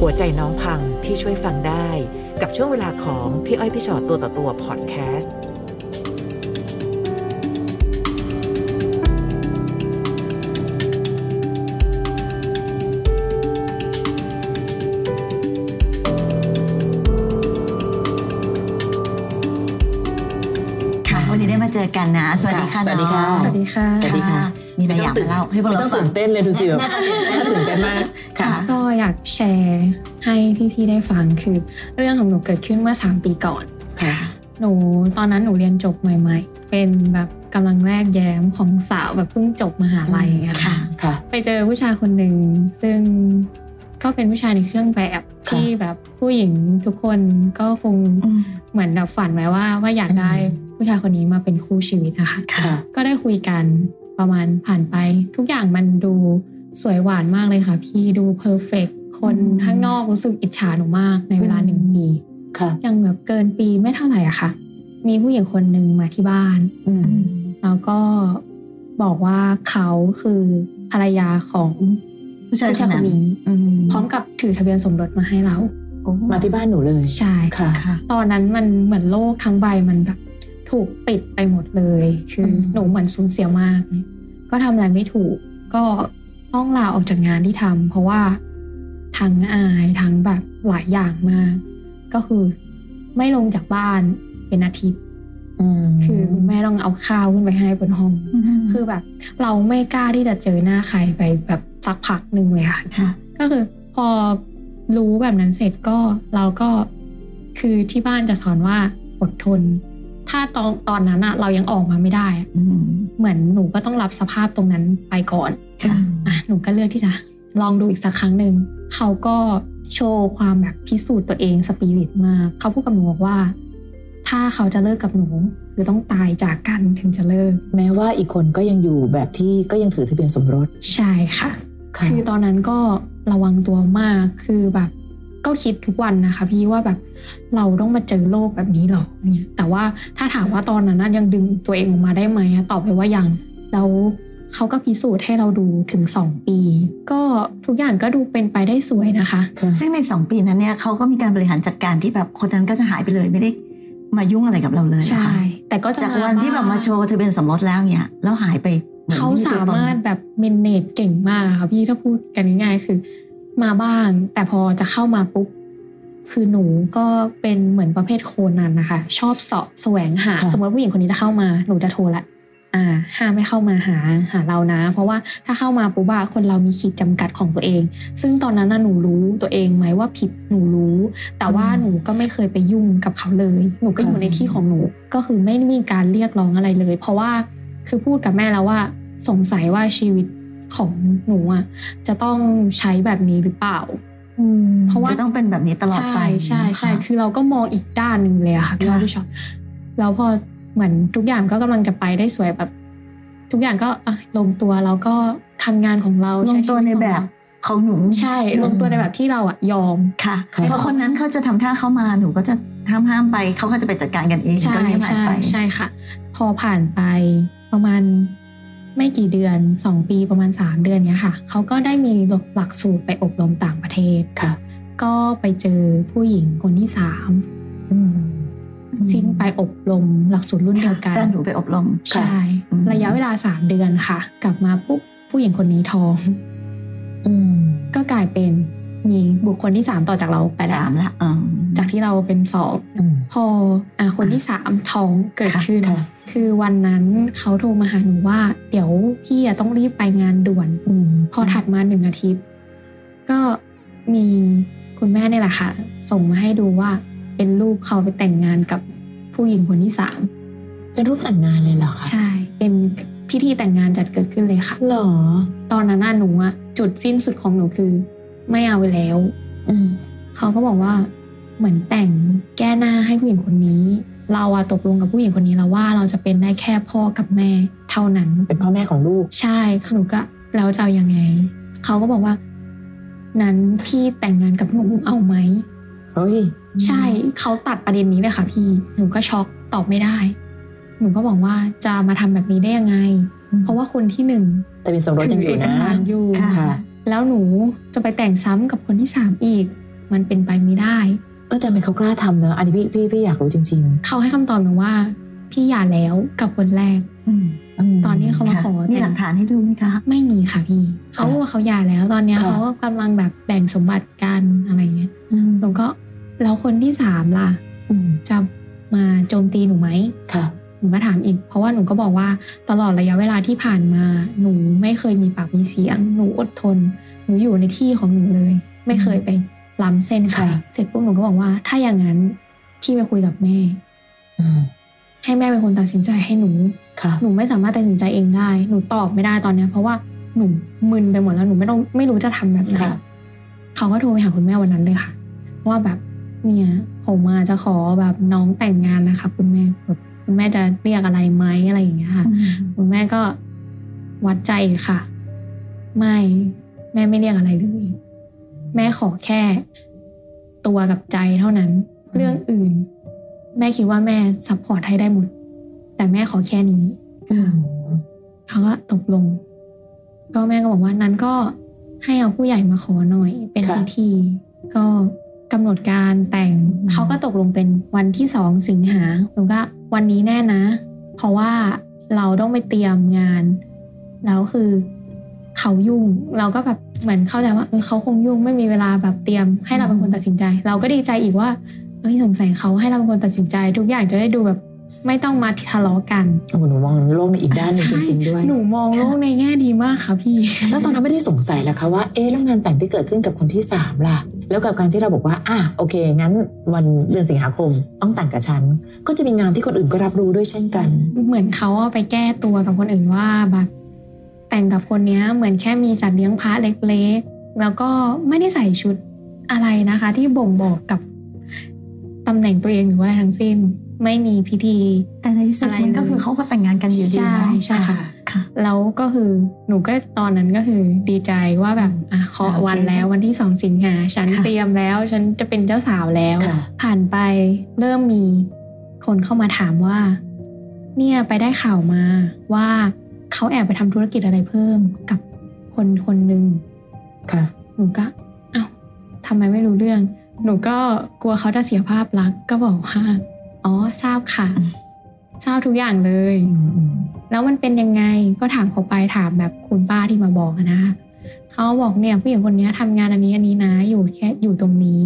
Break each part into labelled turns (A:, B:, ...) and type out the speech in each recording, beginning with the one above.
A: หัวใจน้องพังพี่ช่วยฟังได้ กับช่วงเวลาของพี่อ้อยพี่ชอตตัวต่อตัวพอดแคสต์
B: ค่ะวันนี้ได้มาเจอกันนะ สวัสดีค่ะ
C: สวัสดีค่ะ
B: น้อง
D: สวัสดีค่ะ
C: สวัสดีค่ะ
B: มีอะไรอยากมาเล่าให้พวก
C: ไม่
B: เรา
C: ต้อง
B: ฟั
C: ตื่
B: ง
C: นเต้นเลยดูสิ แบบน่าตื่นเต้นมากค่ะ
D: ก็อยากแชร์ให้พี่ๆได้ฟังคือ เรื่องของหนูเกิดขึ้นเมื่อ 3 ปีก่อน
C: ค่ะ
D: หนูตอนนั้นหนูเรียนจบใหม่ ๆ เป็นแบบกำลังแรกแย้มของสาวแบบเพิ่งจบมหาลัยอย่างเงี้ย
B: ค่ะ
C: ค่ะ
D: ไปเจอผู้ชายคนหนึ่งซึ่งก็เป็นผู้ชายในเครื่องแบบ
C: ค่ะ
D: ที่แบบผู้หญิงทุกคนก็คง
B: อืม
D: เหมือนแบบฝันไว้ว่าว่าอยากได้ผู้ชายคนนี้มาเป็นคู่ชีวิตนะคะ
C: ค่ะ
D: ก็ได้คุยกันประมาณผ่านไป ทุกอย่างมันดูสวยหวานมากเลยค่ะ พี่ดูเพอร์เฟกคนข้างนอกรู้สึกอิจฉาหนูมากในเวลาหนึ่งปี
C: ค่ะ
D: ยังแบบเกินปีไม่เท่าไหร่อะค่ะ มีผู้หญิงคนหนึ่งมาที่บ้าน
C: อืม
D: แล้วก็บอกว่าเขาคือภรรยาของ
B: ผู้ชาย
D: ผู้
B: ค
D: ชาย
B: น
D: ค
B: นั้น
D: นนี้
B: อื
D: พร้อมกับถือทะเบียนสมรสมาให้เรา
B: โอ้
C: มาที่บ้านหนูเลย
D: ใช่
C: ค่ะ
B: ค่ะ
D: ตอนนั้นมันเหมือนโลกทั้งใบมันแบบถูกปิดไปหมดเลย คืออ
C: ม
D: หนูเหมือนสูญเสียมาก ก็ทำอะไรไม่ถูก ก็ต้องลาออกจากงานที่ทำเพราะว่าทั้งอายทั้งแบบหลายอย่างมาก ก็คือไม่ลงจากบ้านเป็นอาทิตย์
C: อืม
D: คือคุณแม่ต้องเอาข้าวขึ้นไปให้บนห้อง คือแบบเราไม่กล้าที่จะเจอหน้าใครไปแบบสักพักหนึ่งเลยค่ะ
B: ค่ะ
D: ก็คือพอรู้แบบนั้นเสร็จก็เราก็คือที่บ้านจะสอนว่าอดทน ถ้าตอนตอนนั้นอะเรายังออกมาไม่ได้อะ
B: อืม
D: เหมือนหนูก็ต้องรับสภาพตรงนั้นไปก่อน
B: ค่ะ
D: อ่ะหนูก็เลือกที่จะลองดูอีกสักครั้งหนึ่งเขาก็โชว์ความแบบพิสูจน์ตัวเองสปิริตมากเขาพูดกับหนูบอกว่า ถ้าเขาจะเลิกกับหนูคือต้องตายจากกันถึงจะเลิก
C: แม้ว่าอีกคนก็ยังอยู่แบบที่ก็ยังถือทะเบียนสมรส
D: ใช่ค่ะ
C: ค่ะ
D: คือตอนนั้นก็ระวังตัวมาก คือแบบก็คิดทุกวันนะคะ พี่ว่าแบบเราต้องมาเจอโลกแบบนี้หรอเนี่ยแต่ว่าถ้าถามว่าตอนนั้นนะยังดึงตัวเองออกมาได้ไหมอะตอบเลยว่ายัง แล้วเขาก็พิสูจน์ให้เราดูถึง 2 ปี ก็ทุกอย่างก็ดูเป็นไปได้สวยนะคะ
C: ค่ะ
B: ซึ่งในสองปีนั้นเนี่ยเขาก็มีการบริหารจัดการที่แบบคนนั้นก็จะหายไปเลยไม่ได้มายุ่งอะไรกับเราเลย
D: ใช่
B: นะคะ
D: แต่ก็จะ
B: จากวันที่แบบมาโชว์ทะเบียนสมรสแล้วเนี่ยแล้วหายไปหมือน
D: เขา
B: ไตัว
D: สา
B: ตน
D: มารถแบบเมนเนจเก่งมากค่ะพี่ถ้าพูดกันง่ายๆคือ มาบ้าง แต่พอจะเข้ามาปุ๊บคือหนูก็เป็นเหมือนประเภทโคนันนะคะ ชอบเสอบแสวงหา
C: ค่ะ
D: สมมติผู้หญิงคนนี้จะเข้ามาหนูจะโทรละอ่าห้ามไม่เข้ามาหาหาเรานะ เพราะว่าถ้าเข้ามาปุ๊บอะคนเรามีขีดจำกัดของตัวเอง ซึ่งตอนนั้นน่ะหนูรู้ตัวเองไหมว่าผิดหนูรู้ แต่ว่าหนูก็ไม่เคยไปยุ่งกับเขาเลย หนูก็อยู่ในที่ของหนู ก็คือไม่มีการเรียกร้องอะไรเลย เพราะว่าคือพูดกับแม่แล้วว่า สงสัยว่าชีวิตของหนูอ่ะจะต้องใช้แบบนี้หรือเปล่า เพราะว่า
B: จะต้องเป็นแบบนี้ตลอดไป
D: ใช่ใช่ใช่
B: นะคะ
D: คือเราก็มองอีกด้านหนึ่งเลยอะค่ะพี่
B: ค่ะ
D: ว่าพี่ชอบแล้วพอเหมือนทุกอย่างก็กำลังจะไปได้สวยแบบ ทุกอย่างก็อ่ะลงตัวแล้วก็ทำงานของเรา
B: ล
D: ใช้
B: ง
D: ชีต
B: ตัวใน
D: ของ
B: แบ
D: เรา
B: บของหนู
D: ใช่ลงตัวในแบบที่เราอ่ะยอม
B: ค่ะ
C: ค่ะ
B: เพราะคนนั้นเขาจะทำท่าเข้ามาหนูก็จะห้ามห้ามๆไปเขาก็จะไปจัดการกันเอง
D: ใช่
B: ก็เงียบหาย
D: ใช่
B: ไป
D: ใช่ค่ะ พอผ่านไปประมาณไม่กี่เดือนสองปีประมาณสามเดือนเนี้ยค่ะเขาก็ได้มีหลักสูตรไปอบรมต่างประเทศ
C: ค่ะ
D: ก็ไปเจอผู้หญิงคนที่สาม
C: อืม
D: ซึ่งไปอบรมหลักสูตรรุ่นเดียวกั
B: แฟ
D: น
B: นหนูไปอบรม
C: ค่ะ
D: ใช่
B: อืม
D: ระยะเวลาสามเดือนค่ะ กลับมาปุ๊บผู้หญิงคนนี้ท้อง
C: อืม
D: ก็กลายเป็นมีบุคคลที่สามต่อจากเราไปแล้ว
B: สามละอืม
D: จากที่เราเป็นสอง
C: อืม
D: พออ่ะคนที่สามท้องเกิด
B: ค่ะ
D: ขึ้น
C: ค่ะ
D: คือวันนั้นเขาโทรมาหาหนูว่า เดี๋ยวพี่อะต้องรีบไปงานด่วน
C: อืม
D: พอถัดมาหนึ่งอาทิตย์ ก็มีคุณแม่เนี่ยแหละค่ะ ส่งมาให้ดูว่าเป็นลูกเขาไปแต่งงานกับผู้หญิงคนที่สาม
C: เป็นรูปแต่งงานเลยเหรอคะ
D: ใช่ เป็นพิธีแต่งงานจัดเกิดขึ้นเลยค่ะ
C: หรอ
D: ตอนนั้นน่ะหนูอะจุดสิ้นสุดของหนูคือ ไม่เอาแล้ว
C: อืม
D: เขาก็บอกว่าเหมือนแต่งแก้หน้าให้ผู้หญิงคนนี้ เราอะตกลงกับผู้หญิงคนนี้แล้วว่าเราจะเป็นได้แค่พ่อกับแม่เท่านั้น
C: เป็นพ่อแม่ของลูก
D: ใช่ค่ะหนูก็แล้วจะเอายังไง เขาก็บอกว่า นั้นพี่แต่งงานกับหนูเอาไหม
C: เฮ้ย
D: ใช่เขาตัดประเด็นนี้เลยค่ะพี่หนูก็ช็อกตอบไม่ได้ หนูก็บอกว่าจะมาทำแบบนี้ได้ยังไง
C: อืม
D: เพราะว่าคนที่หนึ่ง
C: แต่เป็นสมรสยัง
D: ถื
C: อ
D: เอยู่ ก
C: นะ
D: สารอยู่
B: ค่ะ
C: ค่ะ
D: แล้วหนูจะไปแต่งซ้ำกับคนที่สามอีก มันเป็นไปไม่ได้
C: เออแต่ทำไมเขากล้าทำเนอะอันนี้พี่พี่พี่อยากรู้จริง
D: เขาให้คำตอบหนูว่า พี่หย่าแล้วกับคนแรก
B: อืม
C: ๆม
D: ตอนที่เขามา
B: ค่ะ
D: ขอ
B: มีหลัก
D: แต่ง
B: ฐานให้ดูไหมคะ
D: ไม่มีค่ะพี่ เขา
C: ค่ะ
D: บอกว่าเขาหย่าแล้วตอนเนี้ย
C: ค่ะ
D: เขากำลังแบบแบ่งสมบัติกันอะไรเงี้ย
C: อืม
D: หนูก็แล้วคนที่สามล่ะ
C: อืม
D: จะมาโจมตีหนูไหม
C: ค่ะ
D: หนูก็ถามอีก เพราะว่าหนูก็บอกว่าตลอดระยะเวลาที่ผ่านมา หนูไม่เคยมีปากมีเสียง หนูอดทน หนูอยู่ในที่ของหนูเลย ไม่เคยไปล้ำเส้นใคร
C: ค่ะ
D: เสร็จปุ๊บหนูก็บอกว่า ถ้าอย่างนั้นพี่ไปคุยกับแม่
C: อืม
D: ให้แม่เป็นคนตัดสินใจให้หนู
C: ค่ะ
D: หนูไม่สามารถตัดสินใจเองได้ หนูตอบไม่ได้ตอนเนี้ย เพราะว่าหนูมึนไปหมดแล้วหนูไม่ต้องไม่รู้จะทำแบบไหน
C: ค่ะ
D: เขาก็โทรไปหาคุณแม่วันนั้นเลยค่ะ ว่าแบบเนี่ยผมมาจะขอแบบน้องแต่งงานนะคะคุณแม่แบบคุณแม่จะเรียกอะไรไหมอะไรอย่างเงี้ยค่ะ คุณแม่ก็วัดใจค่ะ ไม่แม่ไม่เรียกอะไรเลยแม่ขอแค่ ตัวกับใจเท่านั้น เรื่องอื่น แม่คิดว่าแม่ซัพพอร์ตให้ได้หมด แต่แม่ขอแค่นี้
C: อืม
D: เขาก็ตกลง ก็แม่ก็บอกว่านั้นก็ให้เอาผู้ใหญ่มาขอหน่อย เป็น
C: ค่ะ
D: พิธี ก็กำหนดการแต่ง
C: อืม
D: เขาก็ตกลงเป็นวันที่สองสิงหาหนูก็วันนี้แน่นะ เพราะว่าเราต้องไปเตรียมงาน แล้วคือเขายุ่ง เราก็แบบเหมือนเข้าใจว่าเออเขาคงยุ่งไม่มีเวลาแบบเตรียม ให้เราเป็นคนตัดสินใจ เราก็ดีใจอีกว่าเอ้ยสงสัยเขาให้เราเป็นคนตัดสินใจ ทุกอย่างจะได้ดูแบบ ไม่ต้องมาทะเลาะกัน
C: โอ้โหหนูมองโลกในอีกด้านหนึ่งจริง ๆด้วย
D: หนูมองโลกในแง่ดีมากค่ะพี่
C: แล้วตอนนั้นไม่ได้สงสัยเหรอคะว่า เอ๊ะแล้วงานแต่งที่เกิดขึ้นกับคนที่สามล่ะ แล้วกับการที่เราบอกว่า อ่ะโอเค งั้นวันเดือนสิงหาคมต้องแต่งกับฉัน ก็จะมีงานที่คนอื่นก็รับรู้ด้วยเช่นกัน
D: เหมือนเขาเอาไปแก้ตัวกับคนอื่นว่าแบบแต่งกับคนเนี้ยเหมือนแค่มีจัดเลี้ยงพระเล็กๆ แล้วก็ไม่ได้ใส่ชุดอะไรนะคะ ที่บ่งบอกกับตำแหน่งตัวเองหรือว่าอะไรทั้งสิ้น ไม่มีพิธี
B: แต่ในที่สุด
D: อะไร
B: มันก็
D: เลย
B: คือเขาก็แต่งงานกันอยู่ดี
D: ใช่
B: เนาะ
D: ใช่ค่ะ
B: ค่ะ
D: แล้วก็คือหนูก็ตอนนั้นก็คือดีใจว่าแบบอ่ะเคาะ
B: โอเค
D: วันแล้ววันที่สองสิงหาฉัน
B: ค่ะ
D: เตรียมแล้ว ฉันจะเป็นเจ้าสาวแล้ว
C: ค่ะ
D: ผ่านไปเริ่มมีคนเข้ามาถามว่า เนี่ยไปได้ข่าวมาว่าเขาแอบไปทำธุรกิจอะไรเพิ่มกับคนคนหนึ่ง
C: ค่ะ
D: หนูก็เอา้าวทำไมไม่รู้เรื่อง หนูก็กลัวเขาจะเสียภาพลักษณ์ก็บอกว่าอ๋อทราบค่ะทราบทุกอย่างเลย
C: อืมอืม
D: แล้วมันเป็นยังไงก็ถามเขาไปถามแบบคุณป้าที่มาบอกอะนะคะเขาบอกเนี่ยผู้หญิงคนเนี้ยทำงานอันนี้อันนี้นะ อยู่แค่อยู่ตรงนี้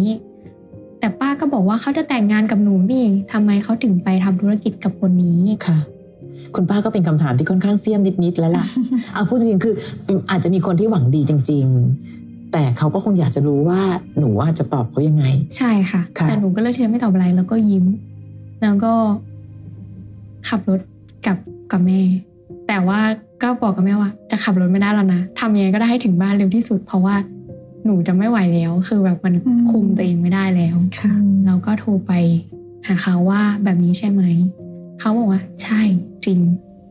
D: แต่ป้าก็บอกว่าเขาจะแต่งงานกับหนูนี่ทำไมเขาถึงไปทำธุรกิจกับคนนี้
C: ค่ะ คุณป้าก็เป็นคำถามที่ค่อนข้างเสี้ยมนิด ๆ แล้วล่ะ เอาพูดจริงๆคืออาจจะมีคนที่หวังดีจริง ๆ แต่เขาก็คงอยากจะรู้ว่าหนูว่าจะตอบเขายังไง
D: ใช่ค่ะ
C: ค่ะ
D: แต่หนูก็เลือกที่จะไม่ตอบอะไรแล้วก็ยิ้ม แล้วก็ขับรถกลับกับแม่ แต่ว่าก็บอกกับแม่ว่า จะขับรถไม่ได้แล้วนะทำยังไงก็ได้ให้ถึงบ้านเร็วที่สุด เพราะว่าหนูจะไม่ไหวแล้ว คือแบบมัน
B: อืม
D: คุมตัวเองไม่ได้แล้ว
B: ค่ะ
D: เราก็โทรไปหาเขาว่าแบบนี้ใช่ไหม เขาบอกว่าใช่จริง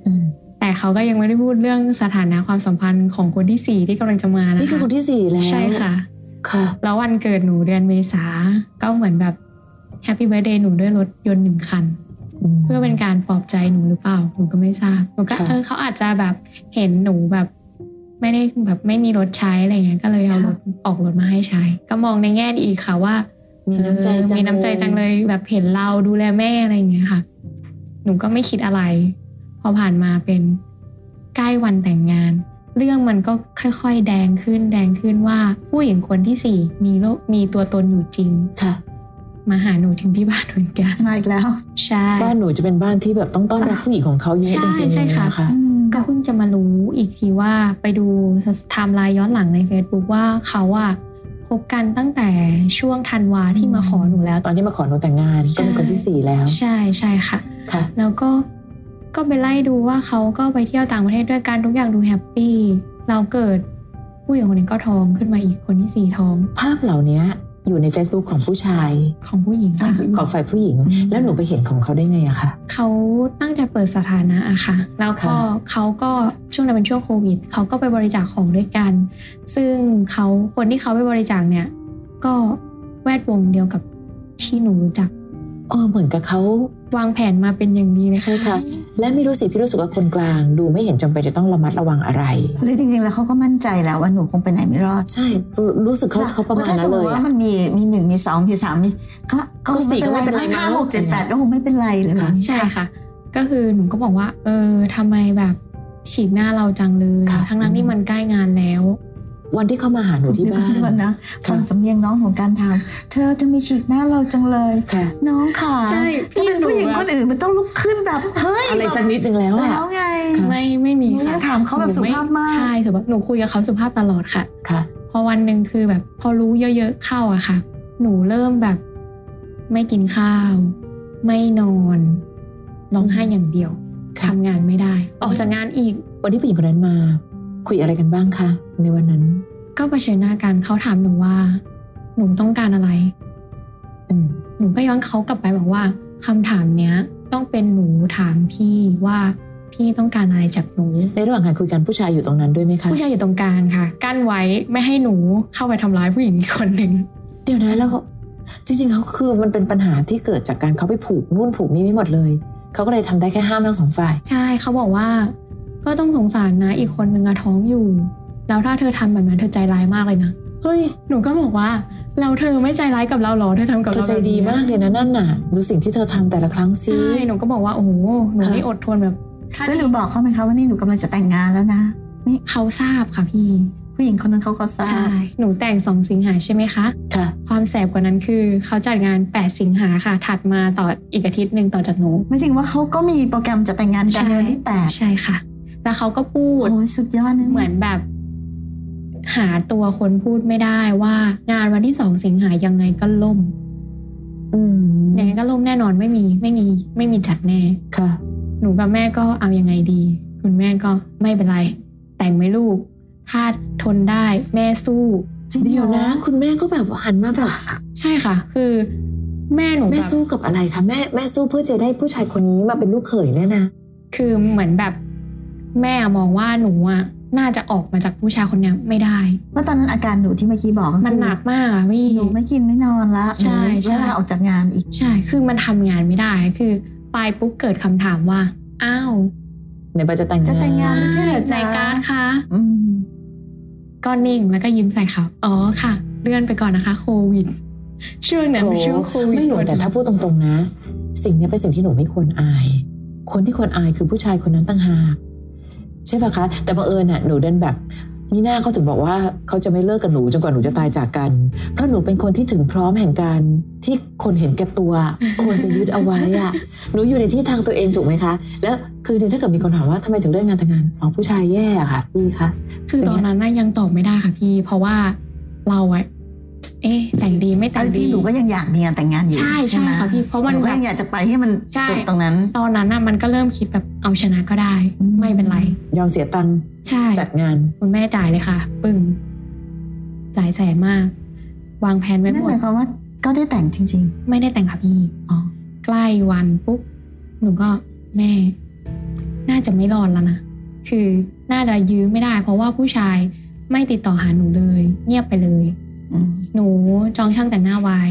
C: อืม
D: แต่เขาก็ยังไม่ได้พูดเรื่องสถานะความสัมพันธ์ของคนที่สี่ที่กำลังจะมานะคะ
C: นี่คือคนที่สี่แล้ว
D: ใช่ค่ะ
C: ค่ะ
D: แล้ววันเกิดหนูเดือนเมษาก็เหมือนแบบแฮปปี้เบ t ร์ a เดย์หนูด้วยรถยนต์หนึ่งคัน เพื่อเป็นการปลอบใจหนูหรือเปล่า หนูก็ไม่ทราบหนูก็
C: ค่ะ
D: เออเขาอาจจะแบบเห็นหนูแบบ ไม่ได้แบบไม่มีรถใช้อะไรเงี้ยก็เลยเอารถออกรถมาให้ใช้ ก็มองในแง่ดีอีกค่ะว่า
C: มีน้ำใจจัง
D: เออมีน้ำใจจังเลยแบบเห็นเราดูแลแม่อะไรอย่างเงี้ยค่ะ หนูก็ไม่คิดอะไร พอผ่านมาเป็นใกล้วันแต่งงาน เรื่องมันก็ค่อยๆ แดงขึ้น แดงขึ้นว่าผู้หญิงคนที่สี่มีโลกมีตัวตนอยู่จริง
C: ค่ะ
D: มาหาหนูถึงที่บ้านเหมือนกัน
B: มาอีกแล้ว
D: ใช่
C: บ้านหนูจะเป็นบ้านที่แบบต้องต้อนรับผู้หญิงของเขาเยอะ
D: ใช่
C: จริงๆ
D: ใช่
C: เลย
D: ค่ะ
C: นะคะ
B: อืม
D: ก็เพิ่งจะมารู้อีกทีว่าไปดูไทม์ไลน์ย้อนหลังใน Facebook ว่าเขาอะคบกันตั้งแต่ช่วงธันวาที่มาขอหนูแล้ว
C: ตอนที่มาขอหนูแต่งงานก็เป็นคนที่สี่แล้ว
D: ใช่ใช่ค่ะ
C: ค่ะ
D: แล้วก็ก็ไปไล่ดูว่าเขาก็ไปเที่ยวต่างประเทศด้วยกันทุกอย่างดูแฮปปี้เราเกิดผู้หญิงคนนี้ก็ท้องขึ้นมาอีกคนที่สี่ท้อง
C: ภาพเหล่านี้อยู่ใน Facebook ของผู้ชาย
D: ของผู้หญิงค่ะ
B: อืม
C: ของฝ่ายผู้หญิง แล้วหนูไปเห็นของเขาได้ไงอะคะ
D: เขาตั้งใจเปิดสถานะอะค่ะ แล้วก็
C: ค่ะ
D: เขาก็ช่วงนั้นเป็นช่วงโควิดเขาก็ไปบริจาคของด้วยกัน ซึ่งเขาคนที่เขาไปบริจาคเนี่ย ก็แวดวงเดียวกับที่หนูรู้จัก
C: เออเหมือนกับเขา
D: วางแผนมาเป็นอย่างดีเลย
C: ใช่ค่ะ และไม่รู้สิพี่รู้สึกว่าคนกลาง ดูไม่เห็นจำเป็นจะต้องระมัดระวังอะไร
B: หรือจริงๆ แล้วเขาก็มั่นใจแล้วว่าหนูคงไปไหนไม่รอด
C: ใช่รู้สึกเขาเขาประมาณนั้นเลย
B: ถ้
C: อะ
B: สติว่ามันมีมีหนึ่งมีสองมีสามมีก็
C: ก็สี่ก็ไม่เป็นไรมั้ง
B: ห้าหกเจ็ดแปดก็คงไม่เป็นไรเลยมั้ง
D: ใช่ค่ะ ก็คือหนูก็บอกว่า เออทำไมแบบฉีกหน้าเราจังเลย
C: ค่ะ
D: ทั้งนั้นที่มันใกล้งานแล้ว
C: วันที่เขามาหาหนูที่บ้า
B: เดี๋ยวก่อน
C: น
B: นะ
C: ค่ะ
B: ฟังสำเนียงน้องของการทำเธอจะมีฉีกหน้าเราจังเลย
C: ค่ะ
B: น้องค่ะ
D: ใช่พี่
B: ถ้าเป็นผู้หญิง
D: หนูอะ
B: คนอื่นมันต้องลุกขึ้นแบบเฮ้ย
C: อะไรสักนิดนึงแล้ว
B: แล้
C: อะ
B: วไง
C: ค่ะ
D: ไม่ไม่มี
B: หนูยัง
D: ค่ะ
B: ถามเขาแบบ
D: หนูไ
B: สุภาพมาก
D: ใช่สุภาพหนูคุยกับเขาสุภาพตลอดค่ะ
C: ค่ะ
D: พอวันหนึ่งคือแบบพอรู้เยอะๆเข้าอะค่ะ หนูเริ่มแบบ ไม่กินข้าว ไม่นอนร้องไห้อย่างเดียว
C: ค่ะ
D: ทำงานไม่ได้ ออกจากงานอีก
C: วันที่ผู้หญิงคนนั้นมา คุยอะไรกันบ้างคะในวันนั้น
D: ก็เผชิญหน้ากันเขาถามหนูว่า หนูต้องการอะไร
C: อืม
D: หนูก็ย้อนเขากลับไปบอกว่าคำถามเนี้ย ต้องเป็นหนูถามพี่ว่าพี่ต้องการอะไรจากหนู
C: ในระหว่างการคุยกันผู้ชายอยู่ตรงนั้นด้วยไหมคะ
D: ผู้ชายอยู่ตรงกลางค่ะ กั้นไว้ไม่ให้หนูเข้าไปทำร้ายผู้หญิงอีกคนหนึ่ง
C: เดี๋ยวนะแล้วเขาจริงๆเขาคือมันเป็นปัญหาที่เกิดจากการเขาไปผูกนู่นผูกนี่ไม่หมดเลยเขาก็เลยทำได้แค่ห้ามทั้งสองฝ่าย
D: ใช่เขาบอกว่า ก็ต้องสงสารนะอีกคนนึงอะท้องอยู่ แล้วถ้าเธอทำแบบนั้นเธอใจร้ายมากเลยนะ
C: เฮ้ย
D: หนูก็บอกว่าแล้วเธอไม่ใจร้ายกับเราเหรอเธอทำกับ
C: เธอ
D: เรา
C: ใจดีมากเลยนะนั่นน่ะ ดูสิ่งที่เธอทำแต่ละครั้งสิ
D: ใช่หนูก็บอกว่าโอ้โหหนู
C: ค่ะ
D: ไม่อดทนแบบถ้า
B: แล้วหนูบอกเขาไหมคะว่านี่หนูกำลังจะแต่งงานแล้วนะนี่
D: เขาทราบค่ะพี่
B: ผู้หญิงคนนั้นเขาก็ทราบ
D: ใช่หนูแต่งสองสิงหาใช่ไหมคะ
C: ค่ะ
D: ความแสบกว่านั้นคือเขาจัดงาน 8 สิงหาค่ะ ถัดมาต่ออีกอาทิตย์หนึ่งต่อจากหนู
B: ไม่จริงว่าเขาก็มีโปรแกรมจะแต่งงานกันในวันที่แปด
D: ใช่ค่ะ แล้วเขาก็พูด
B: โอ้ยสุดยอดนะ
D: เหมือนแบบ หาตัวคนพูดไม่ได้ว่างานวันที่สองสิงหายังไงก็ล่ม
C: อืม
D: ยังไงก็ล่มแน่นอนไม่มีไม่มีไม่มีจัดแน่
C: ค่ะ
D: หนูกับแม่ก็เอายังไงดี คุณแม่ก็ไม่เป็นไร แต่งไหม่ลูกถ้าทนได้แม่สู้
B: จริงหรอ
C: เดี๋ยวนะ คุณแม่ก็แบบหันมาแบบ
D: ใช่ค่ะ คือแม่หนู
C: แม่
D: แบบ
C: สู้กับอะไรคะแม่แม่สู้เพื่อจะได้ผู้ชายคนนี้มาเป็นลูกเขยเนี่ยนะ
D: คือเหมือนแบบ แม่มองว่าหนูอ่ะน่าจะออกมาจากผู้ชายคนเนี้ยไม่ได้
B: เพราะตอนนั้นอาการหนูที่เมื่อกี้บอกคือ
D: มันหนักมากอะพี่
B: หนูไม่กินไม่นอนละห
D: ใช่
B: นู
D: ใช่
B: เวลาออกจากงานอีก
D: ใช่ คือมันทำงานไม่ได้ คือไปปุ๊บเกิดคำถามว่า อ้าว
C: ไหนบอกจะแต่งงาน
B: จะแต่งงาน ไม่ใช่เหรอจ๊ะ
D: นายการดคะ
B: อืม
D: ก็นิ่งแล้วก็ยิ้มใส่เขาอ๋อค่ะ เลื่อนไปก่อนนะคะโควิด ช่วงนั้น
C: โถ
D: ช่วงโควิด
C: ไม่หนูแต่ถ้าพูดตรงๆนะ สิ่งเนี้ยเป็นสิ่งที่หนูไม่ควรอาย คนที่ควรอายคือผู้ชายคนนั้นต่างหากใช่ปะคะ แต่บังเอิญน่ะหนูเดินแบบมีหน้าเขาถึงบอกว่าเขาจะไม่เลิกกับหนูจนกว่าหนูจะตายจากกัน เพราะหนูเป็นคนที่ถึงพร้อมแห่งการที่คนเห็นแก่ตัว ควรจะยึดเอาไว้อะหนูอยู่ในที่ทางตัวเองถูกไหมคะ แล้วคือจริงๆถ้าเกิดมีคนถามว่าทำไมถึงเลิกงานแต่งงานอ๋อผู้ชายแย่อะค่ะพี่คะ
D: คือตอนนั้นน่ะยังตอบไม่ได้ค่ะพี่ เพราะว่าเราอะเอ๊ะแต่งดีไม่
B: แต่
D: แต่ง
B: จริ
D: ดี
B: งๆหนูก็ยังอยากมีงานแต่งงานอยู่
D: ใช่ใช่
B: ไหม
D: ค่ะพี่เพราะมัน
B: หนูก็ยังอยากจะไปให้มัน
D: ใช่
B: สุดตรงนั้น
D: ตอนนั้นน่ะมันก็เริ่มคิดแบบเอาชนะก็ได้
B: อืม
D: ไม่เป็นไร
C: ยอมเสียตังค์
D: ใช่
C: จัดงาน
D: คุณแม่จ่ายเลยค่ะ ปึ้งหลายแสนมาก วางแผนไว้
B: นั่น
D: ห
B: ห
D: มด
B: มายความว่าก็ได้แต่งจริง
D: ไม่ได้แต่งค่ะพี่
B: อ๋อ
D: ใกล้วันปุ๊บ หนูก็แม่ น่าจะไม่รอดแล้วนะ คือน่าจะยื้อไม่ได้ เพราะว่าผู้ชายไม่ติดต่อหาหนูเลย เงียบไปเลย
B: ๆอืม
D: หนูจองช่างแต่งหน้าไว้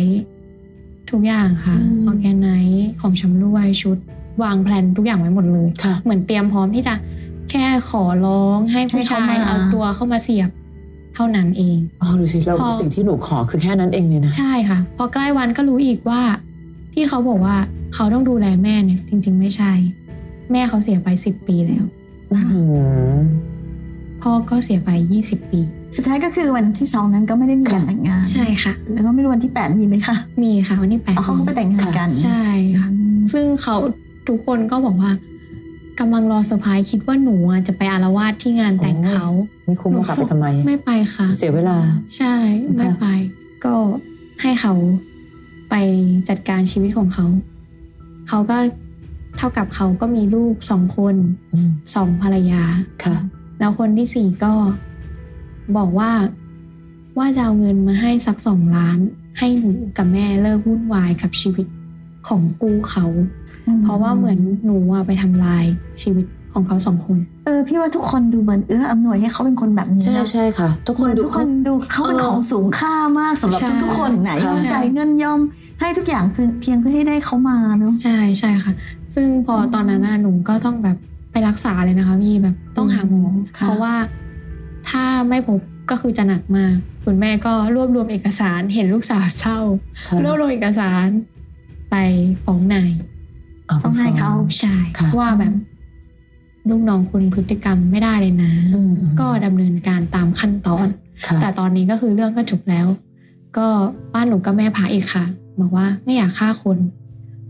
D: ทุกอย่างค่ะ
C: อืม
D: ออแกไนซ์ของชำร่วยชุด วางแผนทุกอย่างไว้หมดเลย
C: ค่ะ
D: เหมือนเตรียมพร้อมที่จะแค่ขอร้องให้ผู้ชา
B: ให้เขา
D: ย
B: มา
D: เอาตัวเข้ามาเสียบเท่านั้นเอง
C: อ๋อดูสิเรา
D: พอ
C: สิ่งที่หนูขอคือแค่นั้นเองเนี่ยนะ
D: ใช่ค่ะ พอใกล้วันก็รู้อีกว่า ที่เขาบอกว่าเขาต้องดูแลแม่เนี่ย จริง ๆ ไม่ใช่ แม่เขาเสียไปสิบปีแล้ว
C: อื้อหือ
D: พ่อก็เสียไปยี่สิบปี
B: สุดท้ายก็คือวันที่สองนั้นก็ไม่ได้มีการแต่งงาน
D: ใช่ค่ะ
B: แล้วก็ไม่รู้วันที่แปดมีไหมคะ
D: มีค่ะวันที่แปด
B: อ๋อเขาก็ไปแต่งงานกัน
D: ใช่ค่ะ ซึ่งเขาทุกคนก็บอกว่ากำลังรอเซอร์ไพรส์คิดว่าหนูอ่ะจะไปอารวาสที่งานแต่งเขา
C: นี่คุ้มมากลับไปทำไม
D: ไม่ไปค่ะ
C: เสียเวลา
D: ใช่ไม่ไป ก็ให้เขาไปจัดการชีวิตของเขา เขาก็เท่ากับเขาก็มีลูกสองคน
C: อืม
D: สองภรรยา
C: ค่ะ
D: แล้วคนที่สี่ก็บอกว่าว่าจะเอาเงินมาให้สักสองล้าน ให้หนูกับแม่เลิกวุ่นวายกับชีวิตของกูเขา
B: อืม
D: เพราะว่าเหมือนหนูอะไปทำลายชีวิตของเขาสองคน
B: เอ ออพี่ว่าทุกคนดูเหมือนเอื้ออำนวยให้เขาเป็นคนแบบนี้
C: ใช่
B: นะ
C: ใช่ค่ะ ทุกคนดู
B: ทุกคนดูเขาเป็นของสูงค่ามากสำหรับ
D: ใช่
B: ทุกๆคนนะย
D: ค่ะ
B: อมจ่ายเงินยอมให้ทุกอย่างเพื่อเพียงเพื่อให้ได้เขามาเนาะ
D: ใช่ใช่ค่ะ ซึ่งพอตอนนั้นน่ะหนูก็ต้องแบบไปรักษาเลยนะคะพี่แบบต้องหาหมอ
B: อืมค่ะ
D: เพราะว่าถ้าไม่พบก็คือจะหนักมากคุณแม่ก็รวบรวมเอกสารเห็นลูกสาวเศร้า
C: ค่ะ
D: รวบรวมเอกสารไปฟ้องนาย
C: เอาไป
B: ต้องให้เขา
C: ฟ้อง
D: ใช่
C: ค่ะ
D: ว่าแบบลูกน้องคุณพฤติกรรมไม่ได้เลยนะ
C: อืม
D: ก็ดำเนินการตามขั้นตอน
C: ค่ะ
D: แต่ตอนนี้ก็คือเรื่องก็จบแล้ว ก็บ้านหนูกับแม่พาอีกค่ะ บอกว่าไม่อยากฆ่าคน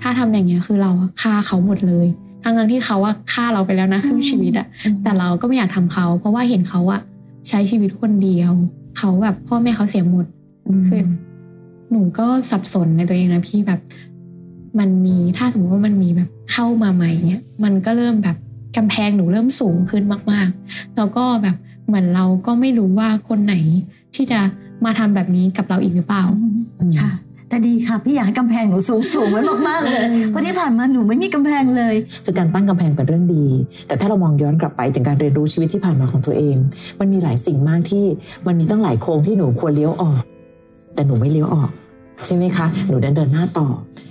D: ถ้าทำอย่างเงี้ยคือเราอะฆ่าเขาหมดเลยทั้งทั้งๆที่เขาว่าฆ่าเราไปแล้วนะครึ่งชีวิตอะแต่เราก็ไม่อยากทำเขา เพราะว่าเห็นเขาอะใช้ชีวิตคนเดียว เขาแบบพ่อแม่เขาเสียหมด คือหนูก็สับสนในตัวเองนะพี่แบบ มันมีถ้าสมมติว่ามันมีแบบเข้ามาใหม่เนี่ยมันก็เริ่มแบบกำแพงหนูเริ่มสูงขึ้นมากๆ แล้วก็แบบเหมือนเราก็ไม่รู้ว่าคนไหนที่จะมาทำแบบนี้กับเราอีกหรือเปล่า
C: อืม
B: ค่ะ แต่ดีค่ะ พี่อยากให้กำแพงหนูสูงสูงไว้มากๆ เลยเพราะที่ผ่านมาหนูไม่มีกำแพงเลย
C: คือการตั้งกำแพงเป็นเรื่องดี แต่ถ้าเรามองย้อนกลับไปถึงการเรียนรู้ชีวิตที่ผ่านมาของตัวเอง มันมีหลายสิ่งมากที่มันมีตั้งหลายโค้งที่หนูควรเลี้ยวออก แต่หนูไม่เลี้ยวออก ใช่ไหมคะ หนูเดินเดินหน้าต่อ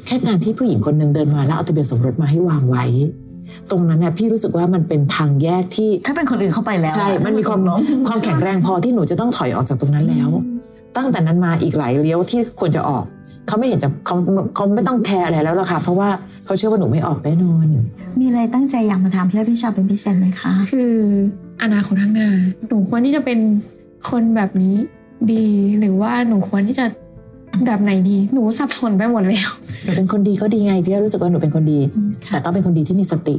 C: แค่การที่ผู้หญิงคนหนึ่งเดินมาแล้วเอาทะเบียนสมรสมาให้วางไว้ ตรงนั้นน่ะพี่รู้สึกว่ามันเป็นทางแยกที่
B: ถ้าเป็นคนอื่นเข้าไปแล้ว
C: ใช่
B: อะ
C: มันมีความความแข็งแรงพอที่หนูจะต้องถอยออกจากตรงนั้นแล้ว ตั้งแต่นั้นมาอีกหลายเลี้ยวที่ควรจะออก เขาไม่เห็นจะเขาเขาไม่ต้องแคร์อะไรแล้วล่ะค่ะ เพราะว่าเขาเชื่อว่าหนูไม่ออกแน่นอน
B: มีอะไรตั้งใจอยากมาถามพี่อ้อยพี่ชาเป็นพิเศษไหมคะ
D: คืออนาคตข้างหน้าหนูควรที่จะเป็นคนแบบนี้ดี หรือว่าหนูควรที่จะแบบไหนดี หนูสับสนไปหมดแล้ว
C: หนูเป็นคนดีก็ดีไงพี่อ้อยรู้สึกว่าหนูเป็นคนดี
B: อืมค่ะ
C: แต่ต้องเป็นคนดีที่มีสติ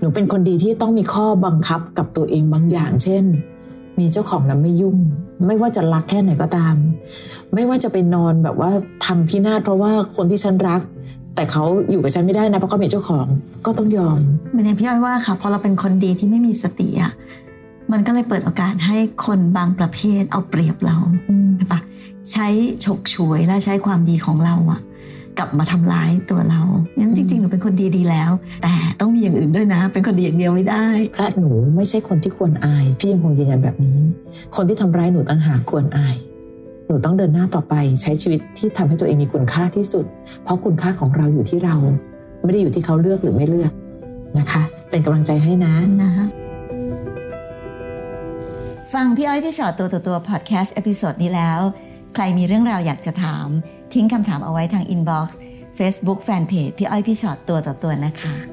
C: หนูเป็นคนดีที่ต้องมีข้อบังคับกับตัวเองบางอย่าง เช่น มีเจ้าของแล้วไม่ยุ่ง ไม่ว่าจะรักแค่ไหนก็ตาม ไม่ว่าจะไปนอนแบบว่าพังพินาศเพราะว่าคนที่ฉันรัก แต่เขาอยู่กับฉันไม่ได้นะเพราะเขาเป็นเจ้าของก็ต้องยอม
B: เหมือนอย่างพี่อ้อยว่าค่ะพอเราเป็นคนดีที่ไม่มีสติอ่ะมันก็เลยเปิดโอกาสให้คนบางประเภทเอาเปรียบเราใช่ปะใช้ฉกฉวยและใช้ความดีของเราอ่ะ กลับมาทำร้ายตัวเรางั้นจริงๆหนูเป็นคนดีดีแล้ว แต่ต้องมีอย่างอื่นด้วยนะ เป็นคนดีอย่างเดียวไม่ได้
C: และหนูไม่ใช่คนที่ควรอาย พี่ยังคงยืนยันแบบนี้ คนที่ทำร้ายหนูต่างหากควรอาย หนูต้องเดินหน้าต่อไปใช้ชีวิตที่ทำให้ตัวเองมีคุณค่าที่สุด เพราะคุณค่าของเราอยู่ที่เรา ไม่ได้อยู่ที่เขาเลือกหรือไม่เลือกนะคะ เป็นกำลังใจให้นะ
B: นะคะฟังพี่อ้อยพี่ชอตตัวต่อตัวพอดแคสต์เอพิโซดนี้แล้ว ใครมีเรื่องราวอยากจะถาม ทิ้งคำถามเอาไว้ทางอินบ็อกซ์เฟซบุ๊กแฟนเพจพี่อ้อยพี่ชอตตัวต่อตัวนะคะ